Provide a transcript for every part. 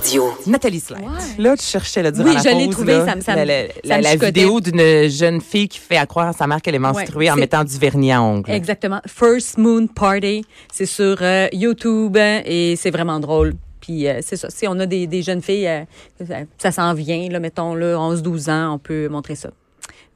Radio. Nathalie Slide. Là, tu cherchais le dire Oui, la je l'ai pause, trouvé, là, ça me- ça me- la, la- ça la- me la chicotait. vidéo d'une jeune fille qui fait à croire à sa mère qu'elle est menstruée Ouais, en c'est- mettant du vernis à ongles. Exactement. First Moon Party, c'est sur euh, YouTube euh, et c'est vraiment drôle. Puis euh, c'est ça. Si on a des, des jeunes filles, euh, ça, ça s'en vient, là, mettons, là, 11-12 ans, on peut montrer ça.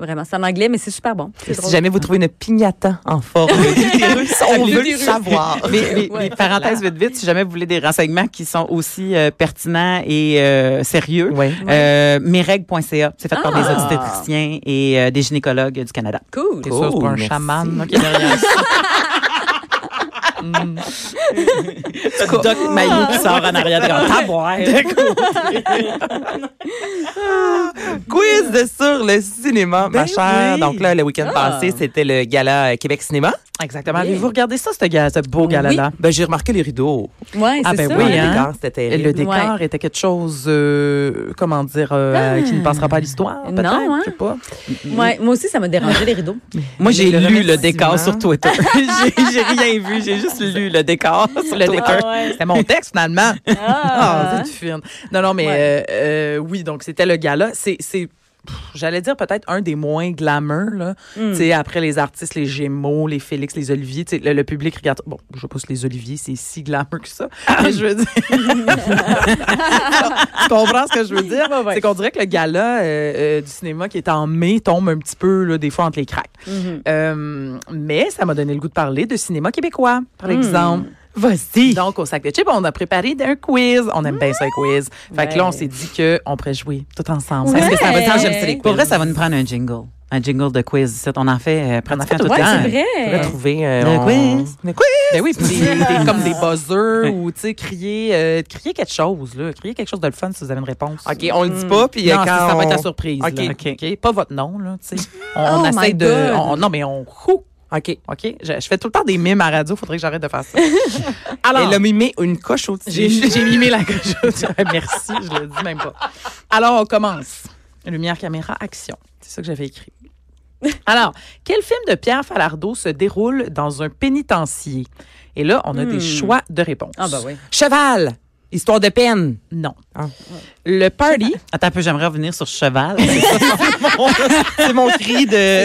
Vraiment, c'est en anglais, mais c'est super bon. C'est Si drôle. jamais vous trouvez une pignata en forme d'utérus, on veut le L'utérus. savoir. Mais, mais- Ouais. mais parenthèse vite vite, si jamais vous voulez des renseignements qui sont aussi euh, pertinents et euh, sérieux, Ouais. euh, mesrègles.ca, c'est fait par des Ah. obstétriciens et euh, des gynécologues du Canada. Cool. T'es sûr, c'est pas un merci. chaman, là, qui est derrière ça? Mm. Doc Maillot qui sort en arrière de la Quiz de sur le cinéma, ma chère. oui. Donc là, le week-end Ben Ah. passé, c'était le gala euh, Québec Cinéma. Exactement. Oui. Avez-vous regardé ça, ce, gars, ce beau gala-là? Ben, j'ai remarqué les rideaux. Ouais, c'est Ah, ben ça. oui, Le hein. décor, c'était Et terrible. Le décor était quelque chose, euh, comment dire, euh, qui ne passera pas à l'histoire, Non, peut-être, hein. je sais pas. Ouais, moi aussi, ça m'a dérangé les rideaux. Moi, j'ai le lu le remerciement. décor sur Twitter. j'ai, j'ai rien vu, j'ai juste lu le décor sur le Twitter. C'était mon texte, finalement. Ah, c'est fine. Non, non, mais Ouais. euh, euh, oui, donc c'était le gala. C'est. c'est- pff, J'allais dire peut-être un des moins glamour, là. Tu sais, après les artistes, les Gémeaux, les Félix, les Oliviers, tu sais, le, le public regarde. Bon, je sais pas si les Oliviers, c'est si glamour que ça. mais je veux dire. tu comprends ce que je veux dire? C'est qu'on dirait que le gala euh, euh, du cinéma qui est en mai tombe un petit peu, là, des fois, entre les cracks. Euh, mais ça m'a donné le goût de parler de cinéma québécois, par exemple. Vas-y. Donc, au sac de chips, on a préparé un quiz. On aime bien ça, les quiz. Fait que là, on s'est dit qu'on pourrait jouer tout ensemble. Ouais. Est-ce que ça va Ouais. j'aime ça, les quiz. Pour vrai, ça va nous prendre un jingle. Un jingle de quiz. On en fait pratiquement tout Ouais, le temps. c'est vrai. Retrouver euh, Le on- hein? quiz. Le quiz. Ben oui, puis des- des- comme des buzzers ou, tu sais, crier, euh, crier quelque chose, là. Crier quelque chose de le fun si vous avez une réponse. OK, on le dit pas, puis euh, Non, quand ça, ça va être la on- surprise. là. OK. OK. Pas votre nom, là, tu sais. On, Oh on my essaie de. God. on- non, mais on. Ouh. OK. OK? Je, je fais tout le temps des mimes à radio, faudrait que j'arrête de faire ça. Alors, Elle a mimé une coche au-dessus. J'ai j'ai mimé la coche. Merci, je le dis même pas. Alors, on commence. Lumière, caméra, action. C'est ça que j'avais écrit. Alors, quel film de Pierre Falardeau se déroule dans un pénitencier? Et là, on a des choix de réponse. Ah, bah oui. Cheval. Histoire de peine. Non. Ah. Le party. Attends un peu, j'aimerais revenir sur cheval. C'est mon cri de.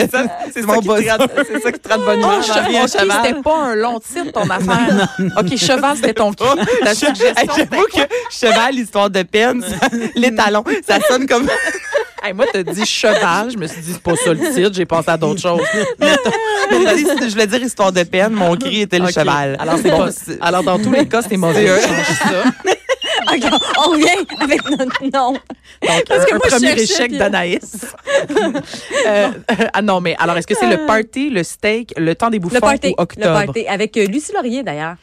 C'est mon boss. C'est ça qui te rend de bonne humeur, Euh, Oh, j'en reviens, cheval. cheval. c'était pas un long titre, ton affaire. OK, cheval, c'était ton cri. Ta suggestion, c'était J'avoue que cheval, histoire de peine, ça- les talons, ça sonne comme. Hey, moi, t'as dit cheval, je me suis dit, c'est pas ça le titre, j'ai pensé à d'autres choses. je voulais dire histoire de peine, mon cri était le Ok. cheval. Alors, c'est pas- alors, dans tous les cas, c'est mauvais. C'est- Je change ça. Ok, on revient avec notre nom. Parce que un moi, je premier cherchais, échec puis- d'Anaïs. Euh, ah non, mais alors, est-ce que c'est le party, le steak, le temps des bouffons Le party. ou Le octobre? party. Avec euh, Lucie Laurier, d'ailleurs.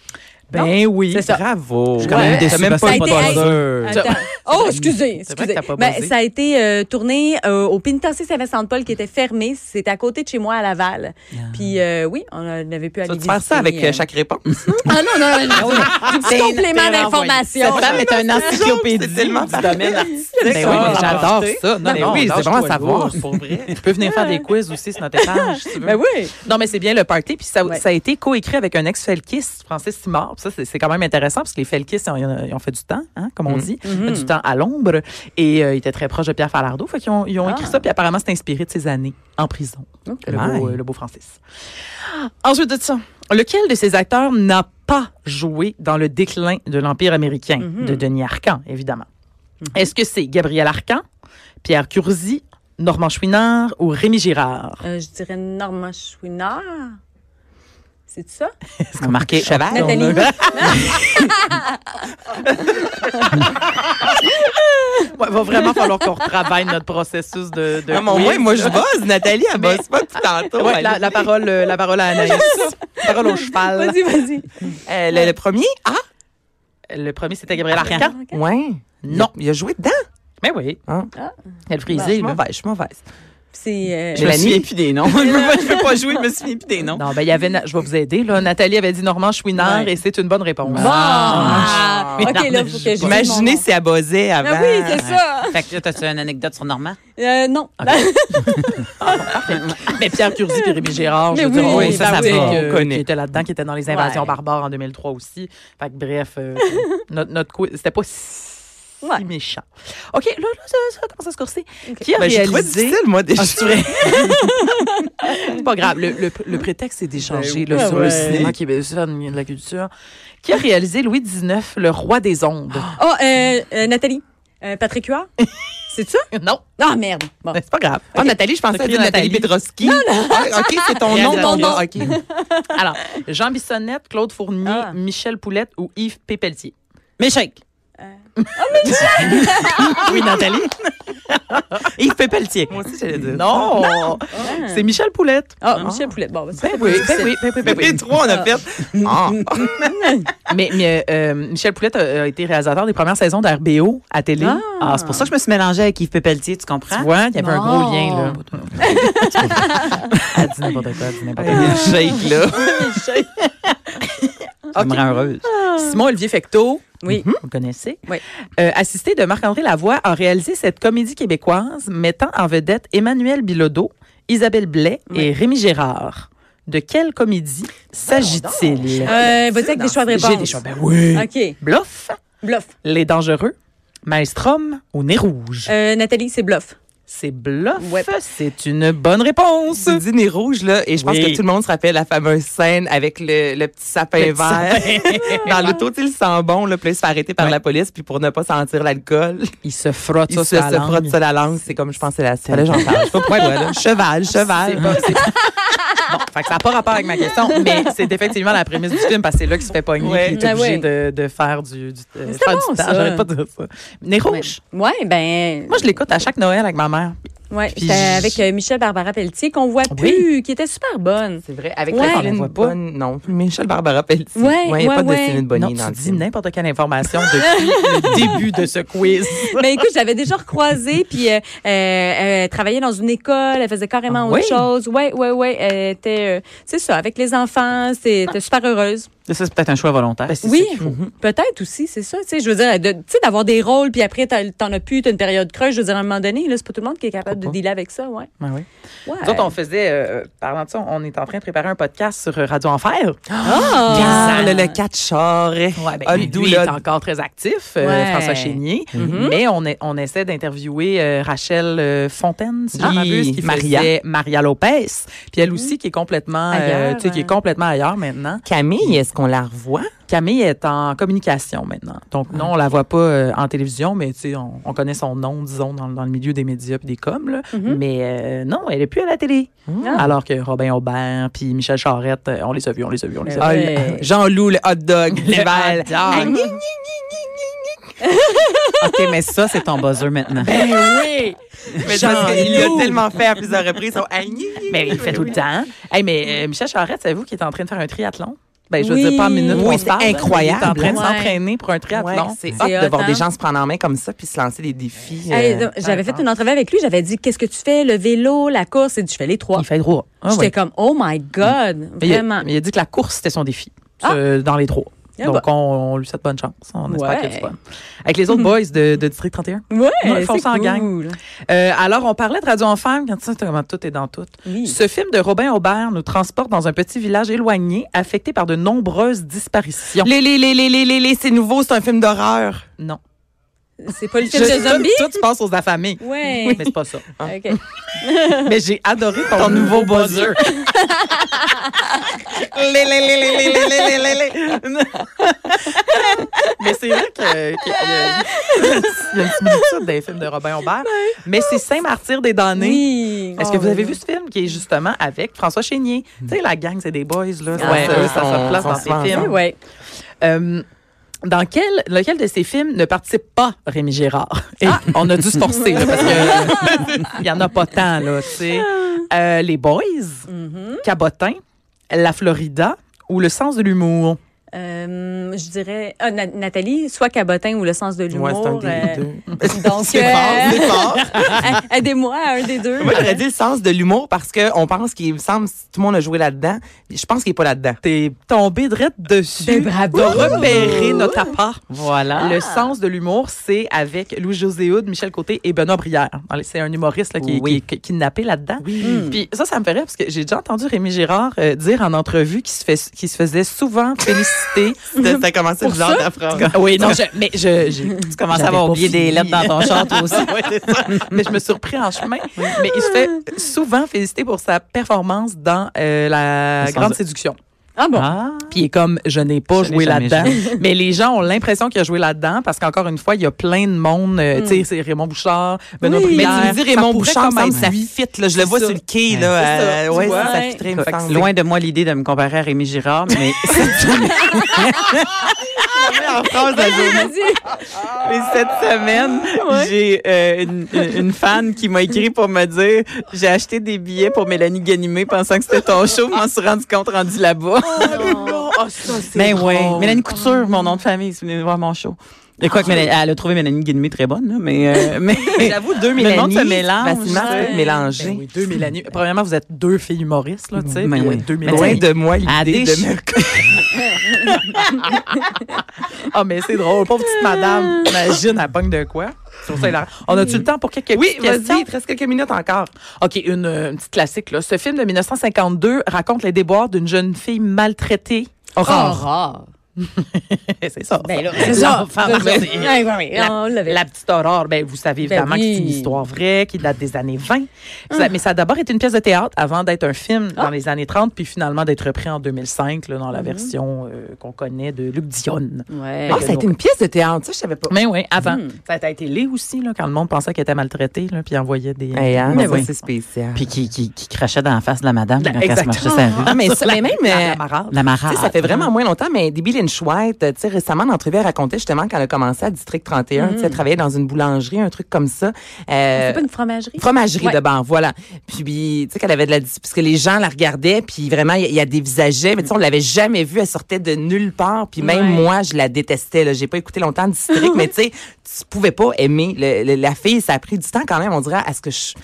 Ben oui. C'est ça. Bravo. suis quand Oh, même Ouais. déçue T'as même parce pas que eu ça a été- de buzzer. Attends. Oh, excusez, C'est vrai que excusez. t'as pas Ben, buzzé. ça a été euh, tourné euh, au pénitencier Saint-Vincent-de-Paul qui était fermé. C'était à côté de chez moi à Laval. Puis euh, oui, on avait pu aller Tu vas te visiter, faire ça avec euh, euh, chaque réponse. Ah non, non, non, non. non. Petit complément d'information. Cette femme est un encyclopédie C'est tellement du domaine artistique. Ben Ben oui, mais j'adore ça. Non, Non, mais non, oui, c'est lâche-toi vraiment le à savoir. voir, pour vrai. Tu peux venir faire des quiz aussi sur notre étage, si tu veux. Ben oui. Non, mais c'est bien le party. Puis ça, Ouais. ça a été coécrit avec un ex-Felkis, Francis Simard. Puis Ça, c'est- c'est quand même intéressant parce que les Felkis, ils ont, ils ont fait du temps, hein, comme on Mhm. dit, Mm-hmm. du temps à l'ombre. Et euh, ils étaient très proches de Pierre Falardeau. Fait qu'ils ont, ils ont écrit Ah. ça. Puis apparemment, c'est inspiré de ses années en prison. Le, beau, euh, le beau Francis. Ensuite de ça, lequel de ces acteurs n'a pas joué dans le déclin de l'Empire américain Mm-hmm. de Denis Arcan, évidemment? Est-ce que c'est Gabriel Arcan, Pierre Curzi, Normand Chouinard ou Rémi Girard? Euh, je dirais Normand Chouinard. C'est ça? Est-ce qu'on marquait cheval? Nathalie. Il va vraiment falloir qu'on retravaille notre processus de. de Non, mais au quiz. moins, moi, je bosse. Nathalie, elle bosse pas depuis tantôt. Ouais, la, la parole, euh, la parole à Anaïs. la parole au cheval. Vas-y, vas-y. Euh, le, le premier? Ah, Le premier, c'était Gabriel Arcan. Ok. ouais. Non, il a joué dedans. Mais oui. Hein? Elle Je frisée. suis là. mauvaise, je suis mauvaise. C'est. euh, Je me souviens plus des noms. je ne peux pas jouer, je me souviens plus des noms. Non, ben, il y avait. Na- Je vais vous aider, là. Nathalie avait dit Normand Chouinard Ouais. et c'est une bonne réponse. Bon! Ah, Mais OK, non, là, mais faut je- que je. dise mon Imaginez nom. si elle buzzait avant. Ah oui, c'est ça. Fait que là, t'as-tu une anecdote sur Normand? Euh, non. Mais Pierre Curzi et Rémi Gérard, je Mais veux dire, oui, on- ben ça, ça, bah oui. va, On que- connaît. qui était là-dedans, qui était dans les invasions Ouais. barbares en 2003 aussi. Fait que bref, euh, notre, notre quiz, c'était pas si Ouais. si méchant. OK, là, là, ça, ça commence à se corser. OK. Qui a Ben, j'ai trouvé réalisé... difficile, moi, déjà. Ah, c'est vrai. C'est pas grave. Le, le- le prétexte est d'échanger Ben là, oui. sur Ouais. le cinéma québécois, de la culture. Qui a réalisé Louis XIX, le roi des ondes? Ah. Oh, euh, euh, Nathalie, euh, Patrick Huard, c'est ça? non, Ah, merde. Bon. ben, c'est pas grave. Ah, Nathalie, je pensais T'as à crié dire Nathalie Nathalie. Pedroski. Ah, OK, c'est ton nom, ton nom. OK. Alors, Jean Bissonnette, Claude Fournier, Ah. Michel Poulette ou Yves Pépeltier? Mais shake. Euh. Oh, Oui, Nathalie. Yves Pépeltier. Moi aussi, j'allais dire. Non! C'est Michel Poulette. Ah, Michel Poulet. Bon, ben, c'est pas oui, difficile. oui, ben oui, ben oui. Les trois, on a fait. Ah. Mais, mais, euh, Michel Poulette a, a été réalisateur des premières saisons d'RBO à télé. Ah. Ah, c'est pour ça que je me suis mélangée avec Yves Pépeltier, tu Tu comprends? vois, il y avait un Non. gros lien, là. Elle dit n'importe quoi, elle dit n'importe quoi. shake, là. Ça me rend heureuse. Simon Olivier Fecteau, Ah. Oui. Mhm, vous connaissez, Oui. Euh, assisté de Marc-André Lavoie, a réalisé cette comédie québécoise mettant en vedette Emmanuel Bilodeau, Isabelle Blais et Rémi Gérard. De quelle Ben, comédie s'agit-il? Euh, Vas-y avec des choix de réponse. J'ai des choix. Ben oui. OK. Bluff, Bluff. Les Dangereux, Maelstrom ou Nez Rouge? Euh, Nathalie, c'est bluff. C'est bluff. ouais. C'est une bonne réponse. Tu dis nez rouge, là, et je pense Oui. que tout le monde se rappelle la fameuse scène avec le, le petit sapin Le petit vert dans l'auto, tu sais, le sang bon, là, puis là, il se fait arrêter par Ouais. la police, puis pour ne pas sentir l'alcool, Il se frotte il ça se, se sur la langue. frotte sur la langue, c'est comme, je pense, que c'est la scène. Là, j'en parle, je sais pas pourquoi, là. Cheval, C'est cheval. pas- c'est- bon, fait que ça n'a pas rapport avec ma question, mais c'est effectivement la prémisse du film parce que c'est là qu'il se fait pogner Ouais. et il est Ah obligé ouais. de, de faire du, du, euh, c'était faire bon, du temps. ça. J'arrête pas de dire ça. Nez rouge. Ouais, ben. Moi, je l'écoute à chaque Noël avec ma mère. Ouais, puis c'était je- Ah avec euh, Michel Barbara Pelletier qu'on voit Oui. plus, qui était super bonne. C'est vrai, avec Ouais. la On la Céline voit pas. Bonne- Non, Michel Barbara Pelletier. Ouais, il n'y a ouais, pas ouais. de Céline non, Bonnier dans tu le dis film. n'importe quelle information depuis le début de ce quiz. Mais Ben, écoute, je l'avais déjà recroisée, puis euh, euh, elle travaillait dans une école, elle faisait carrément Ah autre oui? chose. Ouais, ouais, ouais, elle était, euh, c'est ça, avec les enfants, Ah. c'était super heureuse. Ça, c'est peut-être un choix volontaire. Ben, c'est Oui, ça qu'il faut. peut-être aussi, c'est ça. Tu sais, je veux dire, de- tu sais, d'avoir des rôles, puis après, t'as- t'en as plus, t'as une période creuse. Je veux dire, à un moment donné, là, c'est pas tout le monde qui est capable de Pourquoi dealer avec ça, ouais. Ben oui. Ouais. Nous autres, on faisait, euh, parlant de ça, on est en train de préparer un podcast sur euh, Radio Enfer. Ah! Carl, le catcheur. Ouais, ben, Ah, lui, d'où il le- est encore très actif, euh, Ouais. François Chénier. Mhm. Mais on, est- on essaie d'interviewer euh, Rachel euh, Fontaine, si je Ah, ne m'abuse, qui Maria. faisait Maria Lopez. Puis elle aussi, qui est complètement euh, Ailleurs, tu sais, qui est hein. complètement ailleurs maintenant. Camille, est-ce qu'on la revoit? Camille est en communication maintenant. Donc, non, on la voit pas euh, en télévision, mais tu sais, on, on connaît son nom, disons, dans, dans le milieu des médias puis des coms. là. Mais euh, non, elle est plus à la télé. Alors que Robin Aubert puis Michel Charette, euh, on les a vus, on les a vus, on les a vus. Ah, Ah, Ouais. le- Jean-Loup, le hot dog, hot l'hiver. dog. Ah, gni, OK, mais ça, c'est ton buzzer maintenant. Ben oui! Mais parce qu'il l'a tellement fait à plusieurs reprises. son ah, gni, gni, Mais il gni, fait oui, tout oui. le temps. Hey, mais euh, Michel Charette, savez-vous qu'il est en train de faire un triathlon? Ben, je veux Oui. dire, pas en minute. Oui, qu'on c'est se parle, là, mais Il est en incroyable. train de Ouais. s'entraîner pour un triathlon. Ouais, c'est C'est hot hot, de voir des hein? gens se prendre en main comme ça puis se lancer des défis. euh, Hey, donc, J'avais fait d'accord. une entrevue avec lui, j'avais dit Qu'est-ce que tu fais Le vélo, la course Et il dit, Je fais les trois. Il fait droit. Ah, J'étais ouais. Mm. comme Oh my God Mais il, a, Vraiment. mais il a dit que la course, c'était son défi. Ah. euh, dans les trois. Ah Donc, bah. on, on lui souhaite bonne chance. On espère Ouais. qu'il y a du fun. Avec les autres boys de, de District 31. Ouais, Ouais, ils c'est font ça en cool. gang. Euh, alors, on parlait de Radio en Femme, quand tu sais comment tout est dans tout. Oui. Ce film de Robin Aubert nous transporte dans un petit village éloigné, affecté par de nombreuses disparitions. Les, les, les, les, les, les, les, c'est nouveau, c'est un film d'horreur. Non. C'est pas le film de zombie Toi, tu penses aux affamés. Ouais. Mais c'est pas ça. OK. Mais j'ai adoré ton, Ton nouveau nouveau buzzer. Les, les, les, les, les, les, les, les, les, les. Mais c'est vrai que- que- qu'il y a il y a une similitude des films de Robin Aubert. Mais c'est Saint-Martyr des damnés. Oui. Est-ce Oh, que vous ben avez non. vu ce film qui est justement avec François Chénier? Tu sais, la gang, c'est des boys, là. Ça, Ouais, se- eux ça sont- se place sont dans souvent ces films. Oui, ouais. Euh, dans quel, lequel de ces films ne participe pas Rémi Gérard? Et on a dû se forcer, là, parce que il y en a pas tant, là, tu sais. Euh, les Boys, Cabotin, La Florida ou Le sens de l'humour? Euh, je dirais ah, Na- Nathalie, soit Cabotin ou le sens de Ouais, l'humour. c'est un des euh, deux. donc, C'est fort, c'est fort. a- aidez-moi à un des deux. Moi, j'aurais dit le sens de l'humour parce qu'on pense qu'il me semble, si tout le monde a joué là-dedans, je pense qu'il n'est pas là-dedans. T'es tombé direct dessus. Ben, bravo! De repérer notre appart. Voilà. Le sens de l'humour, c'est avec Louis-José Hood, Michel Côté et Benoît Brière. Allez, C'est un humoriste là, qui, Oui. qui- qui est kidnappé là-dedans. Mm. Puis ça, ça me ferait parce que j'ai déjà entendu Rémi Girard euh, dire en entrevue qu'il se, fait- qu'il se faisait souvent féliciter cité. C'était ça a commencé Pour bizarre ça? ta phrase. Ah Oui, non, je- mais je, j'ai- Tu commences à J'avais avoir pas oublié des fini. lettres dans ton char, toi aussi. Ouais, c'est ça. Mais je me suis repris en chemin. Mais il se fait souvent féliciter pour sa performance dans euh, La Le sens Grande de- Séduction. Ah bon? Ah. Puis il est comme, je n'ai pas Je n'ai joué jamais là-dedans. Mais les gens ont l'impression qu'il a joué là-dedans parce qu'encore une fois, il y a plein de monde. euh, Tu sais, c'est Raymond Bouchard, Benoît Oui. Mais Brière. tu me dis Ça pourrait Raymond Bouchard, quand même me semble, ça lui. fit. Là, je le vois ça. sur le quai. Ouais. Là, C'est ça, euh, tu ouais, vois. ça, ça Ouais. fitterait, il me semble. Loin de moi l'idée de me comparer à Rémi Girard, mais en France, la journée. Vas-y. Mais cette semaine, j'ai euh, une, une fan qui m'a écrit pour me dire j'ai acheté des billets pour Mélanie Ganimé pensant que c'était ton show, mais m'en suis rendu compte rendu là-bas. Oh, Non. Mais Ben oui, Ben Mélanie Couture, mon nom de famille, si vous venez voir mon show. Et quoi que Mélanie- elle a trouvé Mélanie Ganimé très bonne, là, mais, euh, Ah. mais J'avoue, deux le monde Mélanie. se mélange. Facilement, tu peux te Ouais. mélanger. Ben oui, deux Mélanie. Premièrement, vous êtes deux filles humoristes, là, tu sais. Ben puis, oui. euh, Deux Mais Mélanie. Loin de moi À l'idée des de me Ah, mais c'est drôle. Pauvre petite madame, imagine, elle pogne de quoi. Je trouve ça hilarant. On a-tu le temps pour quelques Oui, petites questions? vas-y, il te reste quelques minutes encore. OK, une, euh, une petite classique. Là. Ce film de 1952 raconte les déboires d'une jeune fille maltraitée. Aurore. Aurore. c'est ça. Ben là, c'est ça. L'enfant C'est ça. maltraité. Ouais, ouais, ouais, La- on l'avait. La petite Aurore, ben, vous savez Ben évidemment que c'est une oui. histoire vraie qui date des années 20. Ah. Ça- mais ça a d'abord été une pièce de théâtre avant d'être un film dans les années 30, puis finalement d'être repris en 2005 là, dans Mm-hmm. la version euh, qu'on connaît de Luc Dionne. Ouais. Ah, ça a été une pièce de théâtre, ça, je savais pas. Mais oui, avant. Mhm. Ça a été laid aussi, là, quand le monde pensait qu'elle était maltraitée, là, puis envoyait des... Eh, hein, Mais ça, oui. c'est spécial. Puis qui, qui, qui crachait dans la face de la madame Ben, quand elle se exactement. marchait sa rue. Ah, mais, ça, Sur la- mais même, la- euh, la marade. La Tu marade. sais, ça fait vraiment moins longtemps, mais Debbie Lynch White, euh, tu sais, récemment, l'entrevue, elle racontait justement quand elle a commencé à District 31, tu sais, elle travaillait dans une boulangerie, un truc comme ça. Euh, C'est pas une fromagerie? Fromagerie Ouais. de banc, voilà. Puis, tu sais, qu'elle avait de la... dis- Parce que les gens la regardaient, puis vraiment, il y, a des visageaient. Mais tu sais, on l'avait jamais vue. Elle sortait de nulle part. Puis même Ouais. moi, je la détestais. là. J'ai pas écouté longtemps District, mais tu sais, tu pouvais pas aimer. Le- le- la fille, ça a pris du temps quand même, on dirait, à ce que je...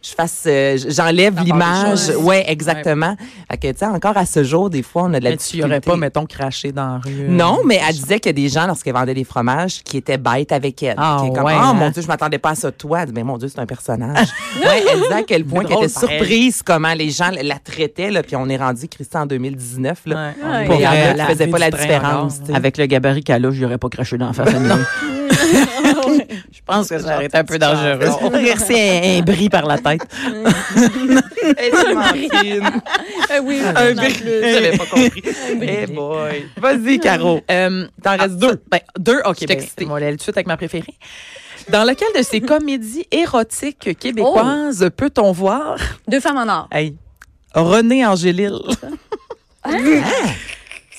Je fasse, euh, j'enlève part des l'image. choses. Ouais, exactement. Fait que, tu sais, encore à ce jour, des fois, on a de la Mais tu y aurais difficulté. pas, mettons, craché dans la rue. Non, euh, mais elle disait qu'il y a des gens, lorsqu'elle vendait des fromages, qui étaient bêtes avec elle. Ah, qui est comme, ouais, oh hein? mon Dieu, je m'attendais pas à ça de toi. Elle dit, Mais mon Dieu, c'est un personnage. ouais, elle disait à quel point C'est qu'elle était drôle, pareil. surprise comment les gens la- la traitaient. Là, puis on est rendu, Christian, en 2019. Là. Ouais. Ouais. Mais il y en a Pour qui elle, faisaient elle pas la avait du train différence. encore, tu sais. Avec le gabarit qu'elle a, je n'aurais pas craché dans la face à une rue. Je pense que ça aurait été un peu dangereux. On verser un, un bris par la tête. Ah oui, Un j'en ai bri- plus. J'avais pas compris. Eh boy. Vas-y, Caro. Euh, T'en restes deux. Ben, deux, OK. ben, on va aller tout de suite avec ma préférée. Dans lequel de ces comédies érotiques québécoises peut-on voir Deux femmes en or. hey, René Angélil?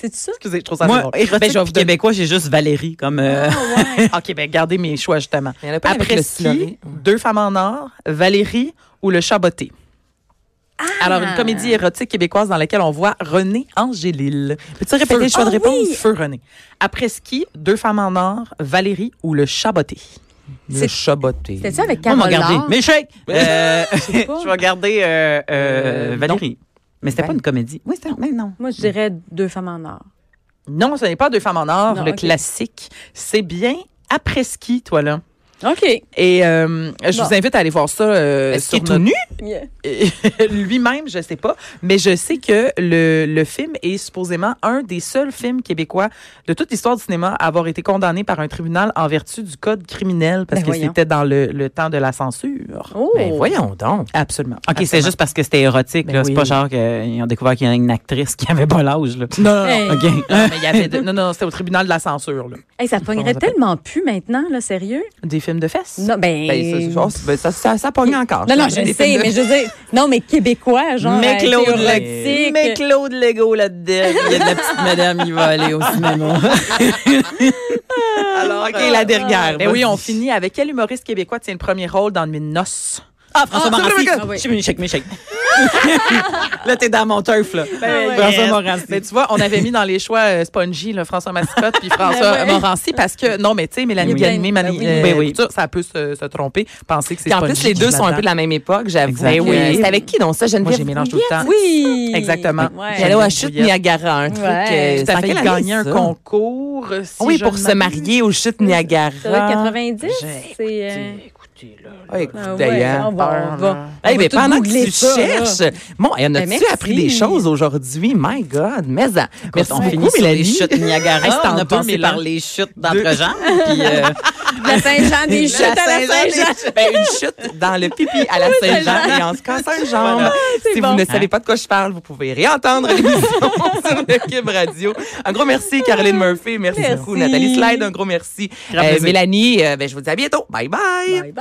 C'est ça? Excusez, je trouve ça Moi, drôle. érotique Ben, je vais vous puis donner- québécois, j'ai juste Valérie comme... euh, Ah, OK, ben gardez mes choix, justement. Il y en a pas avec Après le ski, slurry. Deux femmes en or, Valérie ou Le Chaboté? Ah! Alors, une comédie érotique québécoise dans laquelle on voit René Angélil. hein. Peux-tu répéter Feu. le choix de Ah réponse? oui! Feu René. Après ski, deux femmes en or, Valérie ou Le Chaboté? Le chaboté. C'était ça avec Moi, Carole regardez. Laure? Mais chèques! Euh, sais pas. je vais regarder euh, euh, Euh, Valérie. Mais c'était pas Val- une comédie. Oui, c'était... Mais non. Moi, je dirais deux femmes en or. Non, ce n'est pas Deux femmes en or, Non, le ok. classique. C'est bien après ski, toi, là. OK. Et euh, je Bon. vous invite à aller voir ça euh, Est-ce sur qu'il est tout notre- nu? Yeah. lui-même, je sais pas, mais je sais que le, le film est supposément un des seuls films québécois de toute l'histoire du cinéma à avoir été condamné par un tribunal en vertu du code criminel parce Ben que voyons. c'était dans le, le temps de la censure. Oh. Ben voyons donc. Absolument. OK, c'est Absolument. juste parce que c'était érotique. Mais là. C'est oui. pas genre qu'ils ont découvert qu'il y a une actrice qui avait pas l'âge. là. Non, non, non. Hey. OK. Non, mais il y avait de- non, non, c'était au tribunal de la censure. là. Hey, ça pognerait tellement plus maintenant, là, sérieux? Des films de fesses. Non, ben. Ben, ça, ça, ben, ça, ça, ça pogne encore. non, non, je Des sais, films de- Ah, mais je veux dire. Non, mais québécois, genre. Mais euh, Claude c'est Lego. érotique. Mais Claude Lego là-dedans. Il y a de la petite madame, il va aller au cinéma. Alors, OK, la dernière. Mais Eh Ben oui, Vas-y. on finit avec quel humoriste québécois tient le premier rôle dans Mes noces? Ah, François Ah, Morancy. ah oui. Je suis mes chèques, mes chèques. Là, t'es dans mon turf, là. Ben, François yes. Morancy. Mais tu vois, on avait mis dans les choix euh, Spongy, là, François Mascotte puis François Ben ouais. Morancy parce que non, mais tu sais, Mélanie Il y a plein Ganimé, de- Mani- ben oui. euh, Ah Ben oui. Couture, ça peut se, se tromper, penser que c'est Puis en Spongy. plus, les deux qui sont un peu de la même époque, j'avoue. Exact. Ben oui. Euh, C'était avec qui donc ça, Geneviève? Moi, j'ai mélange tout le temps. Oui. Ah Exactement. Ouais. J'allais au Geneviève chute Brouillette. Niagara, un truc. Ouais. euh, T'as Ah, c'est en failli quelle année, gagner un ça? Ah concours. euh, si Oui, je pour ne se m'abuse. marier au chute Ça doit être Niagara. 90? J'ai C'est. euh, Écoutez, là. Ah, écoute, ah ouais, d'ailleurs. on va- on va- Eh on ben, va tout pendant que googler tu ça, recherche. Bon, et on Ben, a-tu merci. appris des choses aujourd'hui? My God, mais en- merci on beaucoup, finit sur les Mélanie. chutes Niagara. Hey, c'est en on a passé 2000 par ans. les chutes d'entrejambe. Puis euh, La Saint-Jean des La chutes à la Saint-Jean. Saint-Jean. Ben, une chute dans le pipi à la Saint-Jean et on se casse une jambe. si bon. vous ne savez pas de quoi je parle, vous pouvez réentendre l'émission sur le Cube Radio. Un gros merci, Caroline Murphy. Merci, Merci. beaucoup, Nathalie Slide. Un gros merci, Grand Euh, plaisir. Mélanie. euh, ben, je vous dis à bientôt. bye. Bye.